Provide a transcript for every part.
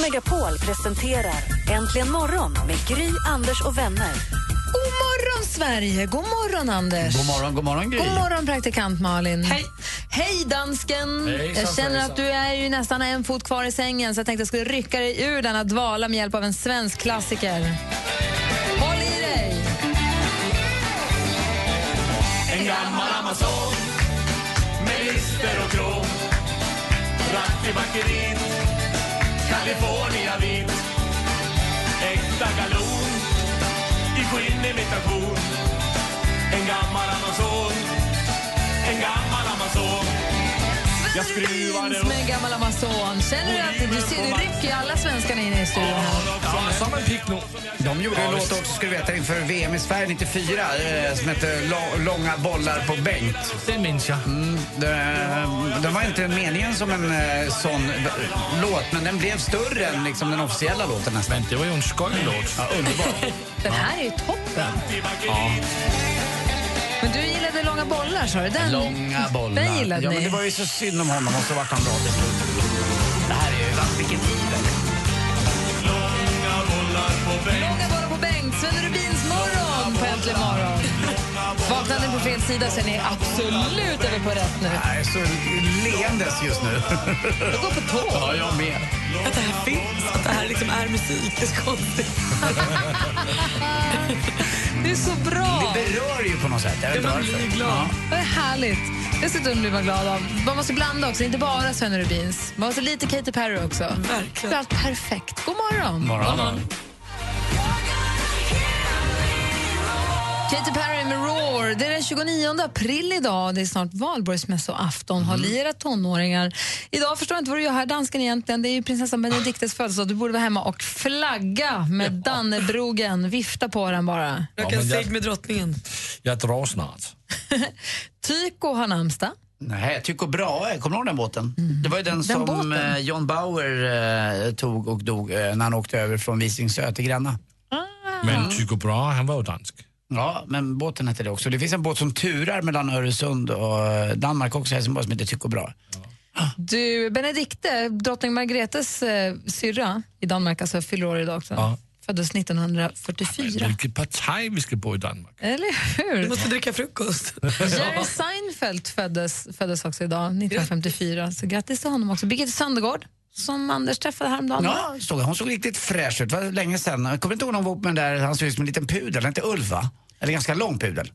Megapol presenterar Äntligen morgon med Gry, Anders och vänner. God morgon, Sverige! God morgon, Anders! God morgon, god morgon Gry. God morgon, praktikant Malin. Hej, Hej dansken! Hejsan, jag känner att du är ju nästan en fot kvar i sängen så jag tänkte jag skulle rycka dig ur denna dvala med hjälp av en svensk klassiker. Håll i dig! En gammal Amazon med lister och krom. Ratt i bakerit, California vit. Äkta galon i skinnimitation. En gammal Amazon, en gammal Amazon. Jag skruvade upp Med en gammal Amazon. Känner du att du, ser, du rycker ju alla svenskarna in i studion här? Ja, Samuel Pickno. De gjorde en låt också, ska du veta, inför VM i Sverige 94 eh, som hette Lå- Långa bollar på Bengt. Den minns jag. Mm, det, det var inte meningen som en eh, sån eh, låt, men den blev större än liksom, den officiella låten nästan. Det var ju en skojlåt. Ja, underbart. Den här är ju toppen. Men du gillade långa bollar, sa du? Den, Långa bollar. Den gillade ja, men ni. det var ju så synd om honom och så vart han bra till slut. Det här är ju, va, vilken tid. Långa bollar på väg. Långa bollar på Bengt, Sven Rubins morgon på Äntligen morgon. Vaknade ni på fel sida så är ni absolut över på rätt nu. Jag är så leendes just nu. Jag går på tå. Ja, jag med. att det här finns, att det här liksom är musik. Det är så konstigt. Det är så Det bra. berör ju på något sätt. Jag vet inte varför. Ja. Det är härligt. Dessutom blir man glad av. Man måste blanda också, inte bara Sven Rubins. Man måste lite Katy Perry också. Det är Verkligen. allt perfekt. God morgon. Morgon. Katy Perry med Roar. Det är den 29 april idag. Det är snart valborgsmässoafton. Håll i era tonåringar. Idag förstår jag inte vad du gör här, dansken egentligen. Det är ju prinsessan Benediktes födelsedag. Du borde vara hemma och flagga med Dannebrogen. Vifta på den bara. Röka en cigg med drottningen. Jag drar snart. Tyko har namnsdag. Nej, Tycho Brahe, kommer du ihåg den båten? Det var ju Mm. den, som båten? eh, John Bauer eh, tog och dog eh, när han åkte över från Visingsö till Gränna. Men Tycho Brahe, han var ju dansk. Ja, men båten hette det också. Det finns en båt som turar mellan Öresund och eh, Danmark också, Helsingborg, som heter Tycho Brahe. Du, Benedikte, drottning Margretes eh, syrra i Danmark, alltså fyller år idag också. Ja. Föddes 1944. Vilket parti vi ska på i Danmark. Eller Du hur? måste dricka frukost. Jerry Seinfeld föddes, föddes också idag, 1954. Så grattis till honom också. Birgit Söndergaard, som Anders träffade häromdagen. Ja, såg, hon såg riktigt fräsch ut. Det var länge sedan. Jag kommer inte ihåg när hon var ihop med den där, han såg ut som en liten pudel, inte Ulf va? Eller ganska lång pudel.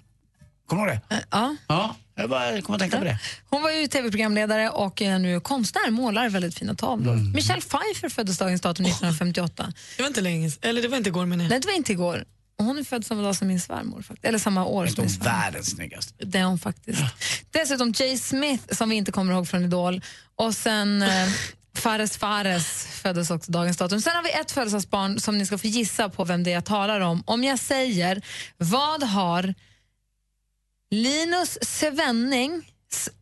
Kommer du ihåg det? Ja. Eh, Ja, jag bara kom att tänka på det. Hon var ju tv-programledare och är nu konstnär, målar väldigt fina tavlor. Michelle Pfeiffer föddes dagens datum 1958. Mm. Det var inte länge sedan. Eller det var inte igår menar jag. Nej, det var inte igår. Och Hon är född samma dag som min svärmor, fakt- eller samma år som Hon min är svärmor. världens snyggaste. Det är hon faktiskt. Dessutom Jay Smith, som vi inte kommer ihåg från Idol. Och sen eh, Fares Fares föddes också dagens datum. Sen har vi ett födelsedagsbarn som ni ska få gissa på vem det är jag talar om. Om jag säger, vad har Linus Svennings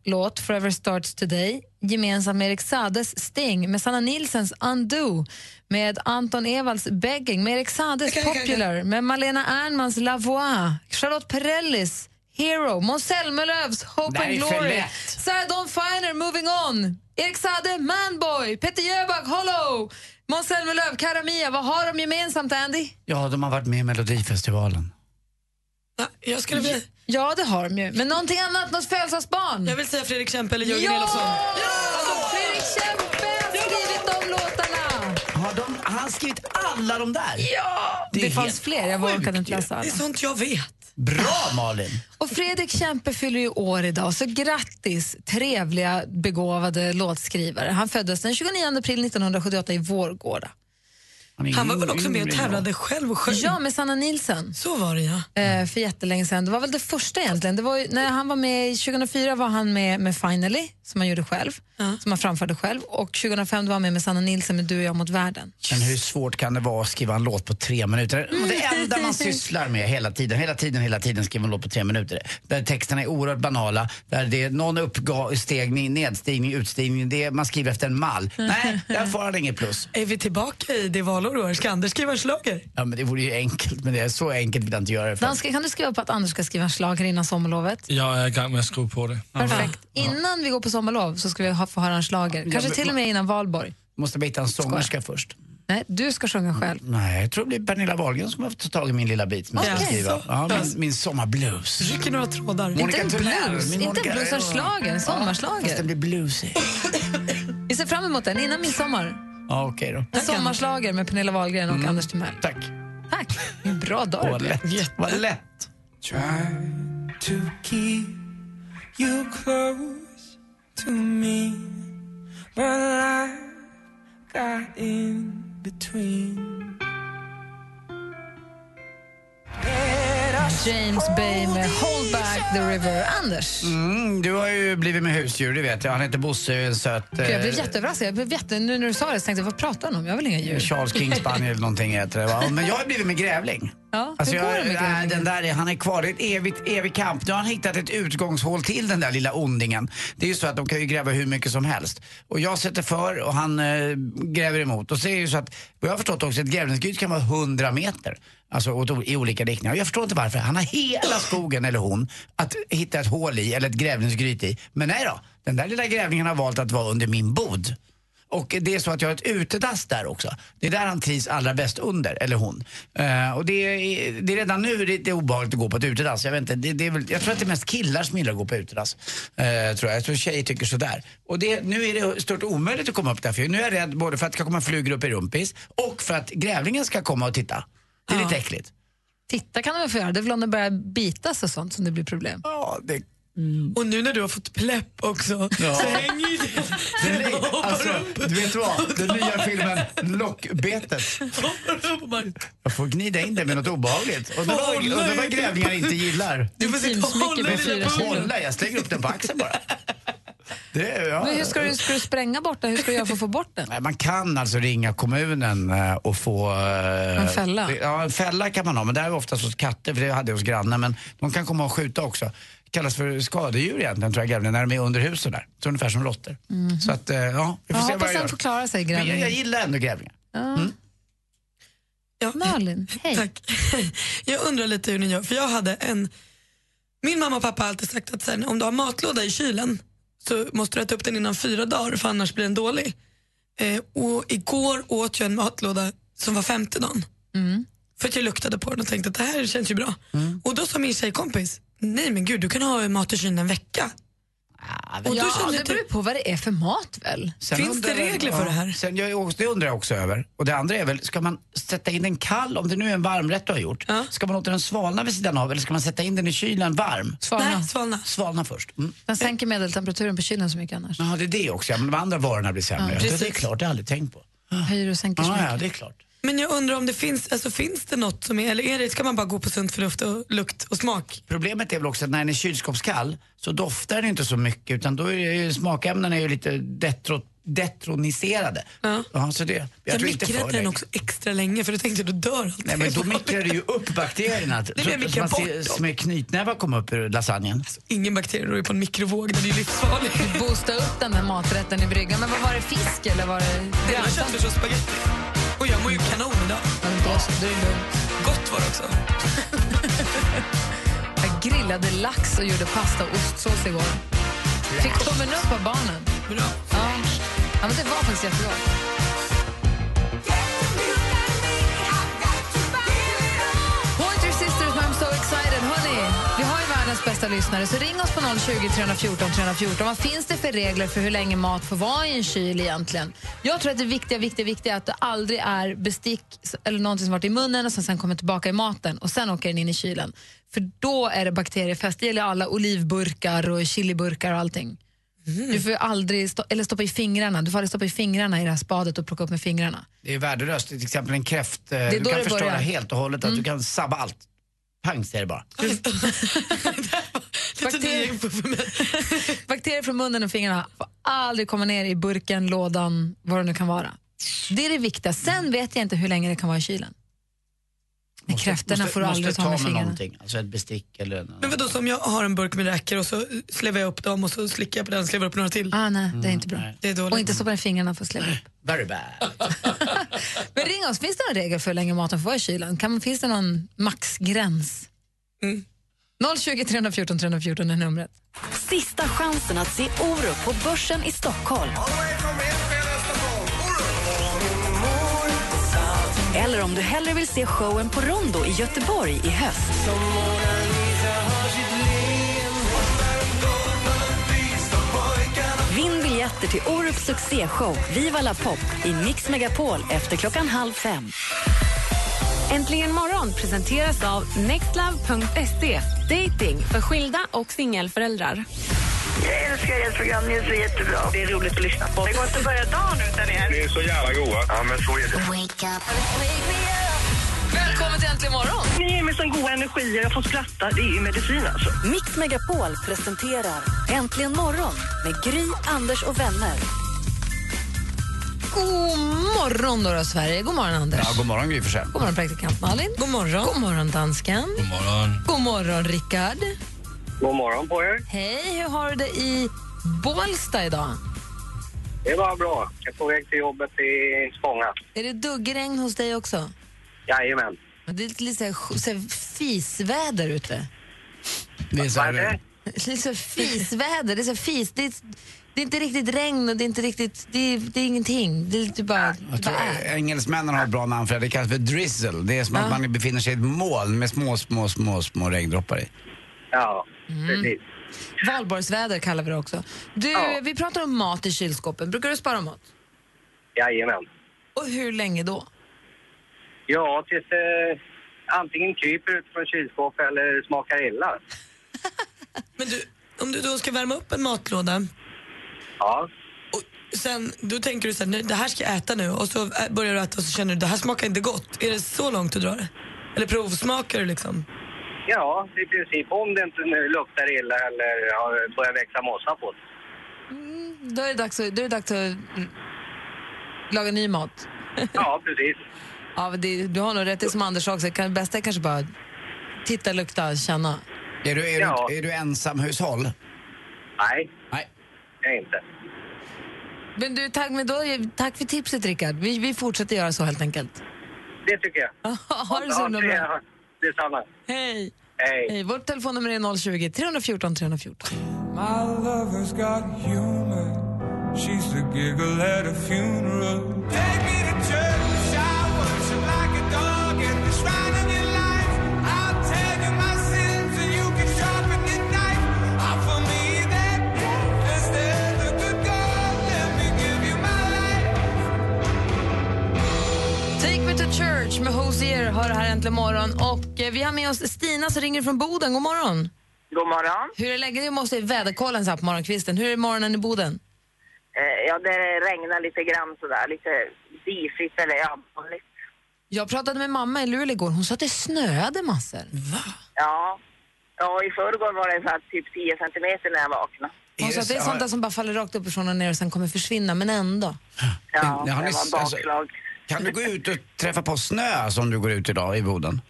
låt Forever Starts Today gemensamt med Erik Sades Sting, med Sanna Nilsens Undo, med Anton Ewalds Begging, med Erik Sades Popular, med Malena Ernmans La Voix, Charlotte Perrellis Hero, Måns Zelmerlöws Hope Det här and är för Glory, lätt. Sarah Dawn Finer Moving On, Erik Sade Manboy, Peter Jöback Hollow, Måns Zelmerlöw Cara Mia. Vad har de gemensamt, Andy? Ja, de har varit med i Melodifestivalen. Nej, Jag, skulle vilja, Ja, det har de ju. Men någonting annat, något födelsedagsbarn? jag vill säga Fredrik Kempe eller Jörgen ja! Elofsson. Alltså, Fredrik Kempe har skrivit de låtarna! Har de, har han skrivit alla de där? Ja! Det, Det är fanns helt fler, jag sjukt orkade inte ju. läsa alla. Det är sånt jag vet. Bra Malin! Och Fredrik Kempe fyller ju år idag, så grattis trevliga begåvade låtskrivare. Han föddes den 29 april 1978 i Vårgårda. är Han var väl grym, också med och grym, tävlade själv och sjöng. Ja, med Sanna Nilsson. Så var det ja. eh, för jättelänge sedan. Det var väl det första egentligen. Det var ju, när han var med, i- 2004 var han med med Finally som man gjorde själv, som man framförde själv. Och 2005 då var jag med med Sanna Nilsson med Du och jag mot världen. Men hur svårt kan det vara att skriva en låt på tre minuter? Det enda man sysslar med hela tiden, hela tiden, hela tiden skriver en låt på tre minuter. Där texterna är oerhört banala, där det är någon uppstegning, nedstigning, utstigning. Det är, man skriver efter en mall. Nej, där får han inget plus. Är vi tillbaka i det valår och år? Ska Anders skriva en schlager? Ja, men det vore ju enkelt, men det är så enkelt vill jag inte göra det för. Danska, kan du skriva på att Anders ska skriva en schlager innan sommarlovet? Jag är igång med att skriva på det. Perfekt. Innan vi går på sommarlov så ska vi ha, få höra en schlager. Kanske men- till och med innan valborg. Måste bara hitta en sångerska först. Nej, du ska sjunga själv. Nej, jag tror det blir Pernilla Wahlgren som har fått ta tag i min lilla bit. Som jag ska Okej, skriva. Ja, min, min sommarblues. Rycker några trådar. Monica Inte en Törnell, blues, min inte en Monica- blues, en schlager, en Fast den sommarschlager. blir bluesig. Vi ser fram emot den innan midsommar. Ja, okej då. En sommarschlager med Pernilla Wahlgren och Mm. Anders Timell. Tack. Tack. En bra dag det Vad blev. lätt. Vad lätt. James Bay med Hold Back the River. Anders, Mm, du har ju blivit med husdjur, det vet jag. Han heter Bosse, en söt... Gud, jag blev eh, jätteöverraskad. Jag blev jätte... Nu när du sa det så tänkte jag, vad pratar han om? Jag har väl inga djur? Charles King Spaniel eller någonting heter det va? Men jag har blivit med grävling. Ja, Alltså, hur går Alltså, jag, det med nej, grävlingen? den där är, Han är kvar, det är ett evigt, evigt kamp. Nu har han hittat ett utgångshål till den där lilla ondingen. Det är ju så att de kan ju gräva hur mycket som helst. Och jag sätter för och han eh, gräver emot. Och så är det ju så att, vad jag har förstått också, ett grävlingsgryt kan vara 100 meter. Alltså åt, o- i olika riktningar. Och jag förstår inte varför. Han har hela skogen, eller hon, att hitta ett hål i, eller ett grävlingsgryt i. Men nej då, den där lilla grävlingen har valt att vara under min bod. Och det är så att jag har ett utedass där också. Det är där han trivs allra bäst under, eller hon. Eh, och det är, det är redan nu det, det är obehagligt att gå på ett utedass. Jag, vet inte, det, det är väl, jag tror att det är mest killar som gillar att gå på utedass. Eh, tror jag. jag tror tjejer tycker sådär. Och det, nu är det stort omöjligt att komma upp där. För nu är jag rädd både för att det ska komma flugor upp i rumpis och för att grävlingen ska komma och titta. Det är lite äckligt. Titta kan de väl få göra. Det är väl om de börjar bitas och sånt som det blir problem. Ja, det, Och nu när du har fått plepp också så hänger ju det. det, alltså, du vet vad? Den nya filmen Lockbetet. Jag får gnida in det med något obehagligt. Och det var, och det var grävlingar inte gillar. Du får sitta och Intimsmycke hålla med i fyra dina kilo. Hålla, jag slänger upp den på axeln bara. Det, är- ja. Men hur ska du, ska du spränga bort den? Hur ska du göra för att få bort den? Nej, Man kan alltså ringa kommunen eh, och få... eh, En fälla. Ja, en fälla kan man ha, men det här är oftast hos katter, för det hade jag hos grannen. Men de kan komma och skjuta också. kallas för skadedjur egentligen, tror jag, grävlingar, när de är under husen där. Så ungefär som råttor. Mhm. Så att, eh, ja, vi får Jag se vad hoppas jag gör. den får klara sig, Men jag, jag grävlingen. gillar ändå grävlingar. Ja. Malin, hej. Tack. Jag undrar lite hur ni gör, för jag hade en... Min mamma och pappa har alltid sagt att så här, om du har matlåda i kylen så måste du äta upp den innan fyra dagar för annars blir den dålig. Eh, och igår åt jag en matlåda som var femte dagen. För att jag luktade på den och tänkte att det här känns ju bra. Och då sa min tjejkompis, nej men gud du kan ha mat i kylen en vecka. och då Ja, kände det beror jag typ, ju på vad det är för mat väl? Sen Finns undrar det jag- regler för det här? Sen jag, också- det undrar jag också över. Och det andra är väl, ska man sätta in en kall, om det nu är en varmrätt du har gjort, Ja. ska man låta den svalna vid sidan av eller ska man sätta in den i kylen varm? Svalna. nej svalna. Svalna först. Mm. Den sänker medeltemperaturen på kylen så mycket annars. Ja, det är det också. Ja, men de andra varorna blir sämre. Ja, det är precis. klart, det har jag aldrig tänkt på. Ah. Höjer och sänker så Ja, mycket. ja, det är klart. Men jag undrar om det finns, alltså finns det något som är, eller är det, ska man bara gå på sunt förnuft och lukt och smak? Problemet är väl också att när den är kylskåpskall så doftar den inte så mycket utan då är det ju, smakämnena är ju lite detro, detroniserade. Ja. så det. Jag, Jag, tror inte för mikrade den länge. också extra länge för då tänkte jag då dör allt. Nej, men då mikrar du ju upp bakterierna. men Så- jag så mikrar man ser bort dem. små knytnävar komma upp ur lasagnen. Ingen bakterie då är det på en mikrovåg, den är ju livsfarlig. Boosta upp den där maträtten i bryggan. Men vad var det, fisk eller var det Det var grönsalt? köttfärs och spagetti. Och jag mår ju kanon idag. Då är det lugnt. Gott var det också. Jag grillade lax och gjorde pasta och ostsås igår. Fick tummen upp av barnen. Bra. Ja. ja, men det var faktiskt jättegott. Pointer Sisters med I'm so excited. Hörrni, vi har ju världens bästa lyssnare, så ring oss på 020 314 314. Vad finns det för regler för hur länge mat får vara i en kyl egentligen? Jag tror att det viktiga, viktiga, viktiga är att det aldrig är bestick eller någonting som varit i munnen och som sen kommer tillbaka i maten och sen åker den in i kylen. För då är det bakteriefest. Det gäller alla olivburkar och chiliburkar och allting. Du får ju aldrig stå, eller stoppa i fingrarna. Du får aldrig stoppa i fingrarna i det här spadet och plocka upp med fingrarna. Det är värdelöst. Till exempel en kräft. eh, Du då kan det förstöra börjar. helt och hållet. Att Du kan sabba allt. Pang säger det bara. Bakterier, bakterier från munnen och fingrarna får aldrig komma ner i burken, lådan, vad det nu kan vara. Det är det viktiga. Sen vet jag inte hur länge det kan vara i kylen. Men kräftorna måste, får du aldrig måste ta med fingrarna. någonting, alltså ett bestick eller en... Men vadå, som jag har en burk med räkor och så slevar jag upp dem och så slickar jag på den och slevar upp några till. Ah, nej, det är inte bra. Mm, nej. Det är dåligt. Och inte stoppa ner fingrarna för att släppa upp. Very bad. Men ring oss, finns det några regler för hur länge maten får vara i kylen? Kan, finns det någon maxgräns? 020 314 314 är numret. Sista chansen att se Orup på Börsen i Stockholm. Eller om du hellre vill se showen på Rondo i Göteborg i höst. Vinn biljetter till Orups succéshow Viva la pop i Mix Megapol efter klockan halv fem. Äntligen morgon presenteras av nextlove.se. Dating för skilda och singelföräldrar. Jag älskar ert program, ni är så jättebra. Det är roligt att lyssna på. Det går inte att börja dagen utan er. Ni är så jävla goa. Ja, men så är det. Välkommen till Äntligen morgon! Ni ger mig sån god energi, jag får skratta. Det är ju medicin alltså. Mix Megapol presenterar Äntligen morgon med Gry, Anders och vänner. God morgon då, då Sverige. God morgon Anders. Ja, god morgon Gry Forssell. God morgon praktikant Malin. God morgon. God morgon dansken. God morgon. God morgon Rickard. God morgon på er. Hej, hur har du det i Bålsta idag? Det var bra. Jag är på väg till jobbet i Spånga. Är det duggregn hos dig också? Jajamän. Men Det är lite så här, så här fisväder ute. Det är så här- Vad är det? Det är så här fisväder. Det är, så här fis, det, är, det är inte riktigt regn och det är inte riktigt... Det är, det är ingenting. Det är lite bara... Det bara Jag tror är. engelsmännen har ett bra namn för det. Det kallas för drizzle. Det är som att man befinner sig i ett moln med små, små, små, små regndroppar i. Ja, precis. Valborgsväder kallar vi det också. Du, Ja. Vi pratar om mat i kylskåpen. Brukar du spara mat? Jajamän. Och hur länge då? Ja, tills eh, antingen kryper ut från kylskåpet eller smakar illa. Men du, om du då ska värma upp en matlåda Ja, och sen, då tänker du så här, "Nej, det här ska jag äta nu och så ä- börjar du äta och så känner du det här smakar inte gott. Är det så långt du drar det? Eller provsmakar du liksom? ja i princip. Om det inte nu luktar illa eller har börjar växa mossa på det. Då är det dags att, då är det dags att mm, laga ny mat. Ja, precis. Ja, men det, du har nog rätt, det är som Anders också. Det bästa är kanske bara titta, lukta, känna. Är du, är Ja. du, är du ensam hushåll? Nej, Nej. det är inte. Men du, tack, men då, tack för tipset Rickard. Vi, vi fortsätter göra så helt enkelt. Det tycker jag. ha det så himla bra. Ja, Detsamma. Hej. Hej. Hej. Vårt telefonnummer är 020 314 314. Take me to church med Hosier har det här äntligen morgon. Och eh, vi har med oss Stina som ringer från Boden. God morgon. God morgon. Hur är läget? Vi måste i väderkollen så här på morgonkvisten. Hur är morgonen i Boden? Eh, Ja, det regnar lite grann sådär. Lite disigt eller ja, vanligt. Jag pratade med mamma i Luleå igår. Hon sa att det snöade massor. Ja. Ja, i förrgår var det så här typ 10 centimeter när jag vaknade. Hon sa att det är sånt där som bara faller rakt uppifrån och ner och sen kommer försvinna, men ändå. Ja, Men det har ni s- var alltså- bakslag. Kan du gå ut och träffa på snö som du går ut idag i Boden?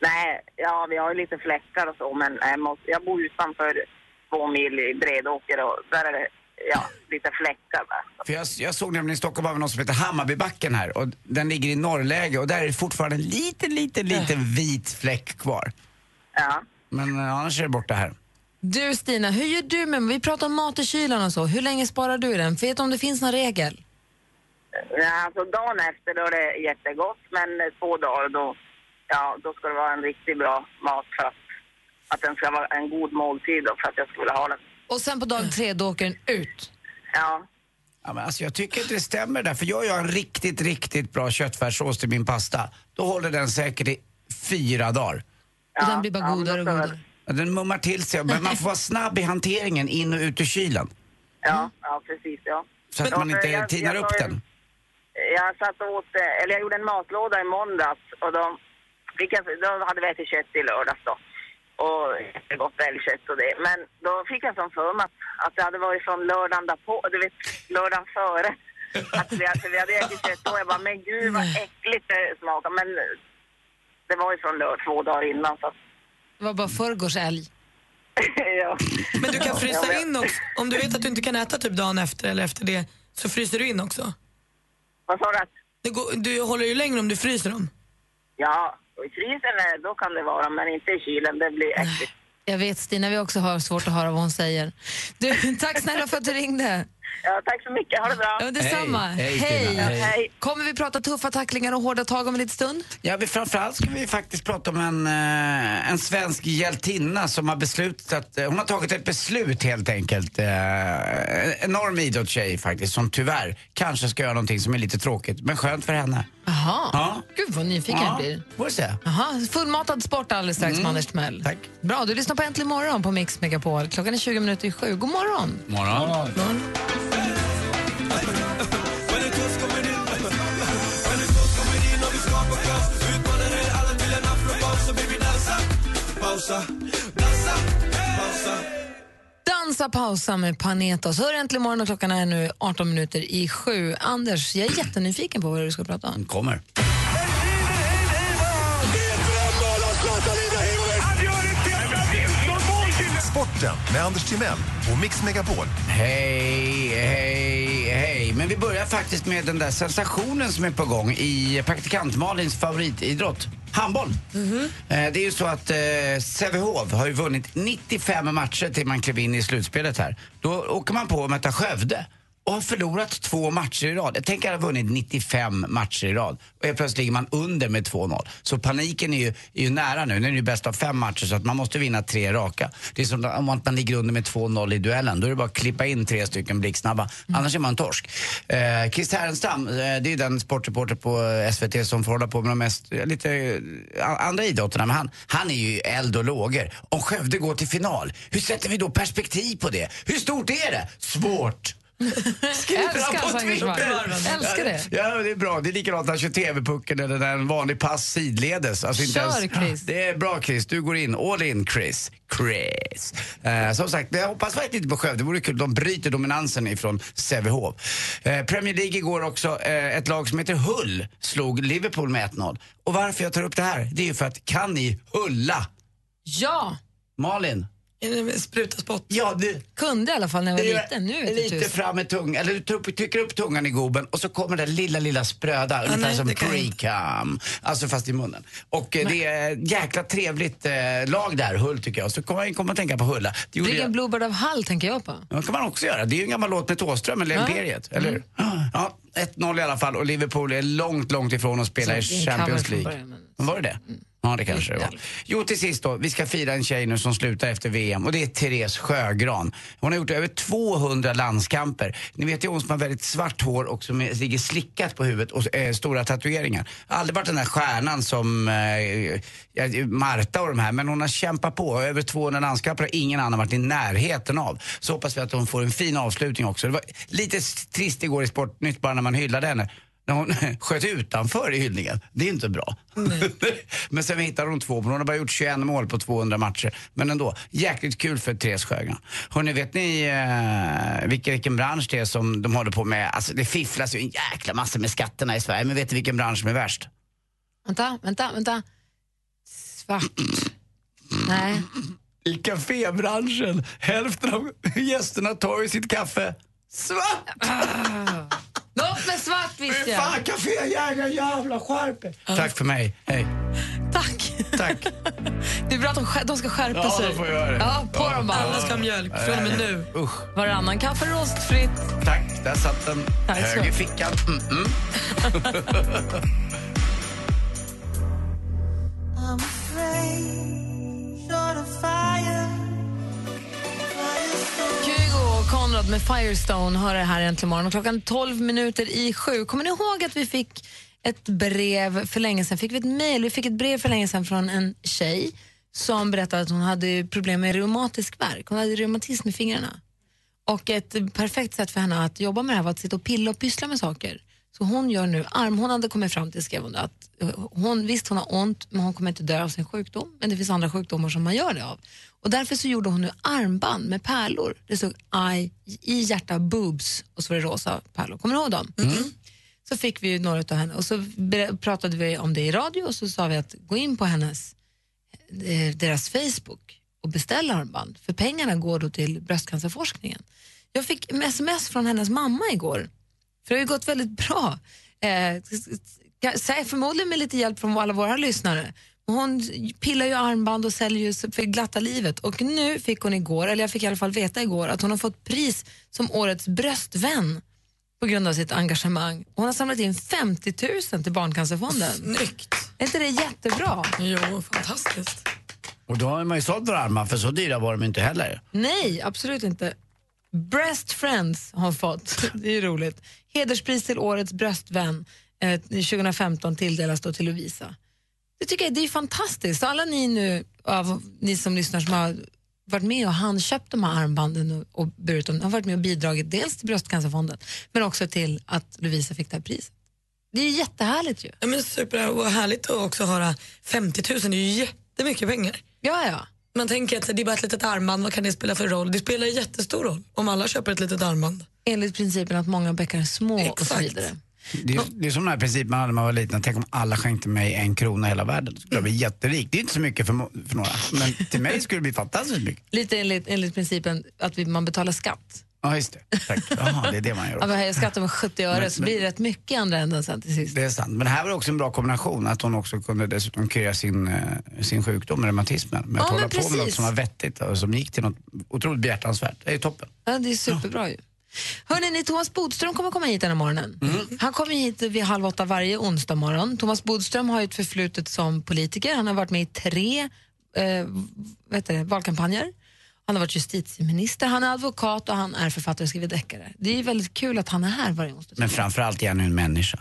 Nej, ja, vi har ju lite fläckar och så, men eh, jag, måste, jag bor utanför två mil i Bredåker och där är det ja, lite fläckar. Där. För jag, jag såg nämligen i Stockholm har vi något som heter Hammarbybacken här och den ligger i norrläge och där är det fortfarande en liten, liten, liten vit fläck kvar. Ja. Men eh, annars är det borta här. Du Stina, hur gör du med, vi pratar om mat i kylen och så, hur länge sparar du den? Vet du om det finns någon regel? Ja, alltså dagen efter då är det jättegott, men eh, två dagar då, ja, då ska det vara en riktigt bra mat för att, att den ska vara en god måltid och för att jag skulle vilja ha den. Och sen på dag tre då åker den ut. Ja, Ja, men alltså jag tycker inte det stämmer där, för jag gör en riktigt, riktigt bra köttfärssås till min pasta. Då håller den säkert i fyra dagar. Och den blir bara ja, godare och men då- godare. Ja, Den mummar till sig, men man får vara snabb i hanteringen in och ut ur kylen. ja, ja precis. Ja. Mm. Så att Ja, man för inte jag- tinar jag upp sa ju- den. Jag satt och åt, eh, eller jag gjorde en matlåda i måndags och då, fick jag, då hade vi ätit kött i lördags då. och jättegott älgkött och det. Men då fick jag som för mig att, att det hade varit från lördagen därpå, du vet, lördagen före. Att vi, hade- vi hade ätit kött då. Jag bara, men gud vad äckligt det smakar. Men det var ju från lördag, två dagar innan så att, Det var bara förrgårs älg. ja. Men du kan Ja, men frysa jag- in också. Om du vet att du inte kan äta typ dagen efter eller efter det så fryser du in också. Vad sa du? Det går, du håller ju längre om du fryser dem. Ja, och i frysen eh, då kan det vara, men inte i kylen. Det blir äckligt. Jag vet, Stina, vi också har svårt att höra vad hon säger. Du, tack snälla för att du ringde. Ja, tack så mycket, ha det bra. Ja, detsamma. Hej, Hej, hej, Stina. Hej. Kommer vi prata tuffa tacklingar och hårda tag om en liten stund? Ja, vi, framförallt ska vi faktiskt prata om en, eh, en svensk hjältinna som har beslutat, eh, hon har tagit ett beslut helt enkelt. Eh, en enorm idrottstjej faktiskt, som tyvärr kanske ska göra någonting som är lite tråkigt, men skönt för henne. Jaha. Ja. Mm. Gud, vad nyfiken jag blir. får vi se. Jaha, fullmatad sport alldeles strax med Anders Timell. Tack. Bra, du lyssnar på Äntligen morgon på Mix Megapol. Klockan är 20 minuter i sju. God morgon! Morgon. Dansa pausa med Panetos. Hör Äntligen morgon och klockan är nu 18 minuter i sju. Anders, jag är jättenyfiken på vad du ska prata om. Kommer. Sporten med Anders Timell och Mix Megapol. Hej, hej, hej. Men vi börjar faktiskt med den där sensationen som är på gång i praktikant Malins favoritidrott, handboll. Eh, Det är ju så att eh, Sävehof har ju vunnit 95 matcher till man klev in i slutspelet här. Då åker man på att möta Skövde och har förlorat två matcher i rad. Jag tänker att ha vunnit 95 matcher i rad och helt plötsligt ligger man under med 2-0. Så paniken är ju, är ju nära nu. Nu är det ju bäst av fem matcher så att man måste vinna tre raka. Det är som om att man ligger under med 2-0 i duellen. Då är det bara att klippa in tre stycken blixtsnabba. Annars är man torsk. Eh, Chris Härenstam, eh, det är ju den sportreporter på eh, SVT som får hålla på med de mest, eh, lite eh, a- andra idrotterna. Men han, han är ju eld och lågor. Om Skövde går till final, hur sätter vi då perspektiv på det? Hur stort är det? Svårt! Älskar hans engagemang. Älskar det. Ja, det är bra. Det är likadant när han kör TV-pucken eller när en vanlig pass sidledes. Alltså inte Kör, ens- Chris. Det är bra Chris. Du går in. All in Chris. Chris. Eh, som sagt, jag hoppas verkligen inte på Skövde. Det vore kul. De bryter dominansen ifrån Sävehof. Eh, Premier League igår också. Eh, ett lag som heter Hull slog Liverpool med 1-0. Och varför jag tar upp det här, det är ju för att kan ni Hulla? Ja! Malin? Spruta spott. Ja, det, Kunde i alla fall när jag var det är liten. Nu vet jag lite tusan. fram med tungan, eller du tupp- trycker upp tungan i goben och så kommer den lilla, lilla spröda, ungefär nej, som det kan jag pre-cum. Alltså fast i munnen. Och eh, det är ett jäkla trevligt eh, lag där, Hull tycker jag. Så kommer jag kommer att tänka på Hulla. Det gjorde Bring a jag. bluebird of Hull tänker jag på. Det kan man också göra. Det är ju en gammal låt med Thåström, eller Ja. Imperiet, eller hur? Ja, 1-0 i alla fall och Liverpool är långt, långt ifrån att spela Så i det kan väl Champions från League. början, men- Men Mm. var det det? Ja, det kanske det var. Jo, till sist då. Vi ska fira en tjej nu som slutar efter VM och det är Therese Sjögran. Hon har gjort över 200 landskamper. Ni vet ju hon som har väldigt svart hår och som är- ligger slickat på huvudet och eh, stora tatueringar. Aldrig varit den där stjärnan som eh, ja, Marta och de här, men hon har kämpat på. Över 200 landskamper har ingen annan varit i närheten av. Så hoppas vi att hon får en fin avslutning också. Det var lite s- trist igår i Sportnytt bara när man hyllade henne när hon sköt utanför i hyllningen. Det är inte bra. Men sen hittade hon två, men hon har bara gjort 21 mål på 200 matcher. Men ändå, jäkligt kul för Therese Sjögran. Hörrni, vet ni eh, vilken, vilken bransch det är som de håller på med? Alltså det fifflas ju en jäkla massa med skatterna i Sverige, men vet ni vilken bransch som är värst? Vänta, vänta, vänta. Svart. Nej. I kafébranschen. Hälften av gästerna tar ju sitt kaffe svart. Något med svart visste jag. Fan, kaféjägaren, jävla skärper. Tack för mig, hej. Tack. Tack. Det är bra att de, skär- de ska skärpa Ja, sig. de får göra det. Ja, på dem bara. Alla ska ha mjölk från och med nu. Usch. Varannan kaffe rostfritt. Tack, där satt den. Tack ska Höger du ha. i fickan. Mm -mm. Kygo och Konrad med Firestone hör det här äntligen morgon. Och Klockan 12 minuter i sju. Kommer ni ihåg att vi fick ett brev för länge sedan? Fick vi ett mejl? Vi fick ett brev för länge sedan från en tjej som berättade att hon hade problem med reumatisk värk. Hon hade reumatism i fingrarna. Och ett perfekt sätt för henne att jobba med det här var att sitta och pilla och pyssla med saker. Så hon gör nu, armhånan det kommer fram till skrev hon då, att eh, hon, visst hon har ont men hon kommer inte dö av sin sjukdom. Men det finns andra sjukdomar som man gör det av. Och därför så gjorde hon nu armband med pärlor. Det stod I, i hjärta boobs och så var det rosa pärlor. Kommer ni ihåg dem? Mm. Så fick vi ju några av henne och så ber- pratade vi om det i radio och så sa vi att gå in på hennes, eh, deras Facebook och beställa armband. För pengarna går då till bröstcancerforskningen. Jag fick sms från hennes mamma igår. För det har ju gått väldigt bra. Eh, s- s- s- förmodligen med lite hjälp från alla våra lyssnare. Men Hon pillar ju armband och säljer ju så- för glatta livet. Och nu fick hon igår, eller jag fick i alla fall veta igår, att hon har fått pris som årets bröstvän på grund av sitt engagemang. Hon har samlat in 50 000 till Barncancerfonden. Snyggt! Är inte det jättebra? Jo, fantastiskt. Och då har man ju sålt några armar, för så dyra var de inte heller. Nej, absolut inte. Breast Friends har hon fått. Det är ju roligt. Hederspris till årets bröstvän eh, 2015 tilldelas då till Lovisa. Det tycker jag det är fantastiskt. Så alla ni nu, av, ni som lyssnar som har varit med och handköpt de här armbanden och, och burit dem, har varit med och bidragit dels till Bröstcancerfonden men också till att Lovisa fick det här priset. Det är ju jättehärligt ju. Ja, men super och härligt att också höra 50 000, det är ju jättemycket pengar. Ja, ja. Man tänker att det är bara ett litet armband, vad kan det spela för roll? Det spelar ju jättestor roll om alla köper ett litet armband. Enligt principen att många bäckar är små och så Exakt. vidare. Det är, det är som den här principen man hade när man var liten. Tänk om alla skänkte mig en krona i hela världen. Då skulle jag bli jätterik. Det är inte så mycket för, mo- för några. Men till mig skulle det bli fantastiskt mycket. Lite enligt, enligt principen att vi, man betalar skatt. Ja, just det. Tack. Jaha, det är det man gör. Ja, också. men höjer skatten med 70 öre Men- så blir det rätt mycket i andra änden sen till sist. Det är sant. Men det här var också en bra kombination. Att hon också kunde dessutom kurera sin, eh, sin sjukdom, reumatismen. Med Ja, att men hålla på med något precis. som var vettigt och som gick till något otroligt behjärtansvärt. Det är toppen. Ja, det är superbra ju. Hörrni, ni, Thomas Bodström kommer komma hit den här morgonen. Mm. Han kommer hit vid halv åtta varje onsdag morgon. Thomas Bodström har ju ett förflutet som politiker. Han har varit med i tre eh, vad heter det, valkampanjer. Han har varit justitieminister, han är advokat och han är författare och skriver deckare. Det är ju väldigt kul att han är här varje onsdag. Men framförallt är han ju en människa.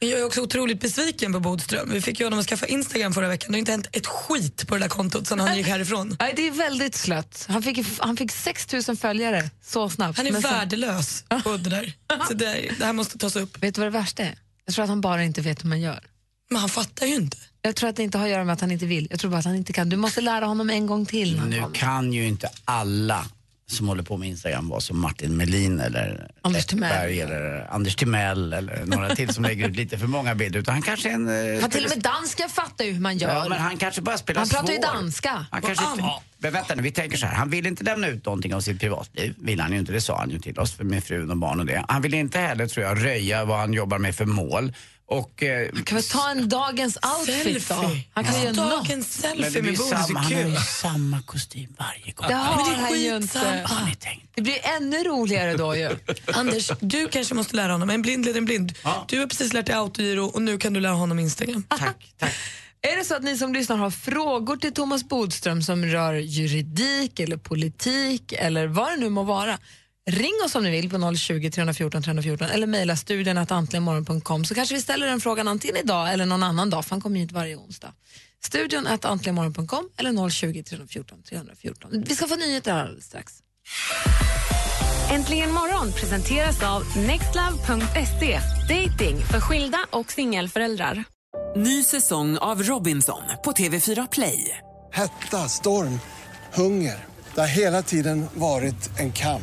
Men Jag är också otroligt besviken på Bodström. Vi fick ju honom att skaffa Instagram förra veckan. Det har inte hänt ett skit på det där kontot sedan han gick härifrån. Nej, det är väldigt slött. Han fick, han fick 6 000 följare så snabbt. Han är Men sen- värdelös på det där. Så det, det här måste tas upp. Vet du vad det värsta är? Jag tror att han bara inte vet hur man gör. Men han fattar ju inte. Jag tror att det inte har att göra med att han inte vill. Jag tror bara att han inte kan. Du måste lära honom en gång till. när han Nu kommer. kan ju inte alla som håller på med Instagram vara som Martin Melin eller Anders Timell. Läckberg eller Anders Timell eller några till som lägger ut lite för många bilder. Utan han kanske är en... eh, Han till och med dansken fattar ju hur man gör. Ja, men han kanske bara spelar Han pratar ju svår. danska. Han kanske inte, men vänta nu, vi tänker så här. Han vill inte lämna ut någonting om sitt privatliv. Vill han ju inte, det sa han ju till oss för med frun och barn och det. Han vill inte heller, tror jag, röja vad han jobbar med för mål. Och, eh, Kan vi ta en dagens outfit då? Han kan ju göra något. Men det blir samma- Han har ju samma kostym varje gång. Det har Men det är han ju skitsamma. inte. Har ni Det blir ännu roligare då ju. Anders, du kanske måste lära honom. En blind leder en blind. Du har precis lärt dig autogiro och nu kan du lära honom Ah, Instagram. Är det så att ni som lyssnar har frågor till Thomas Bodström som rör juridik eller politik eller vad det nu må vara, ring oss om ni vill på 020 314 314 eller mejla studion att antligenmorgon.com så kanske vi ställer den frågan antingen idag eller någon annan dag för han kommer hit varje onsdag. Studion att antligenmorgon.com eller 020 314 314. Vi ska få nyheter alldeles strax. Äntligen morgon presenteras av nextlove.se. Dating för skilda och singelföräldrar. Ny säsong av Robinson på TV4 Play. Hetta, storm, hunger. Det har hela tiden varit en kamp.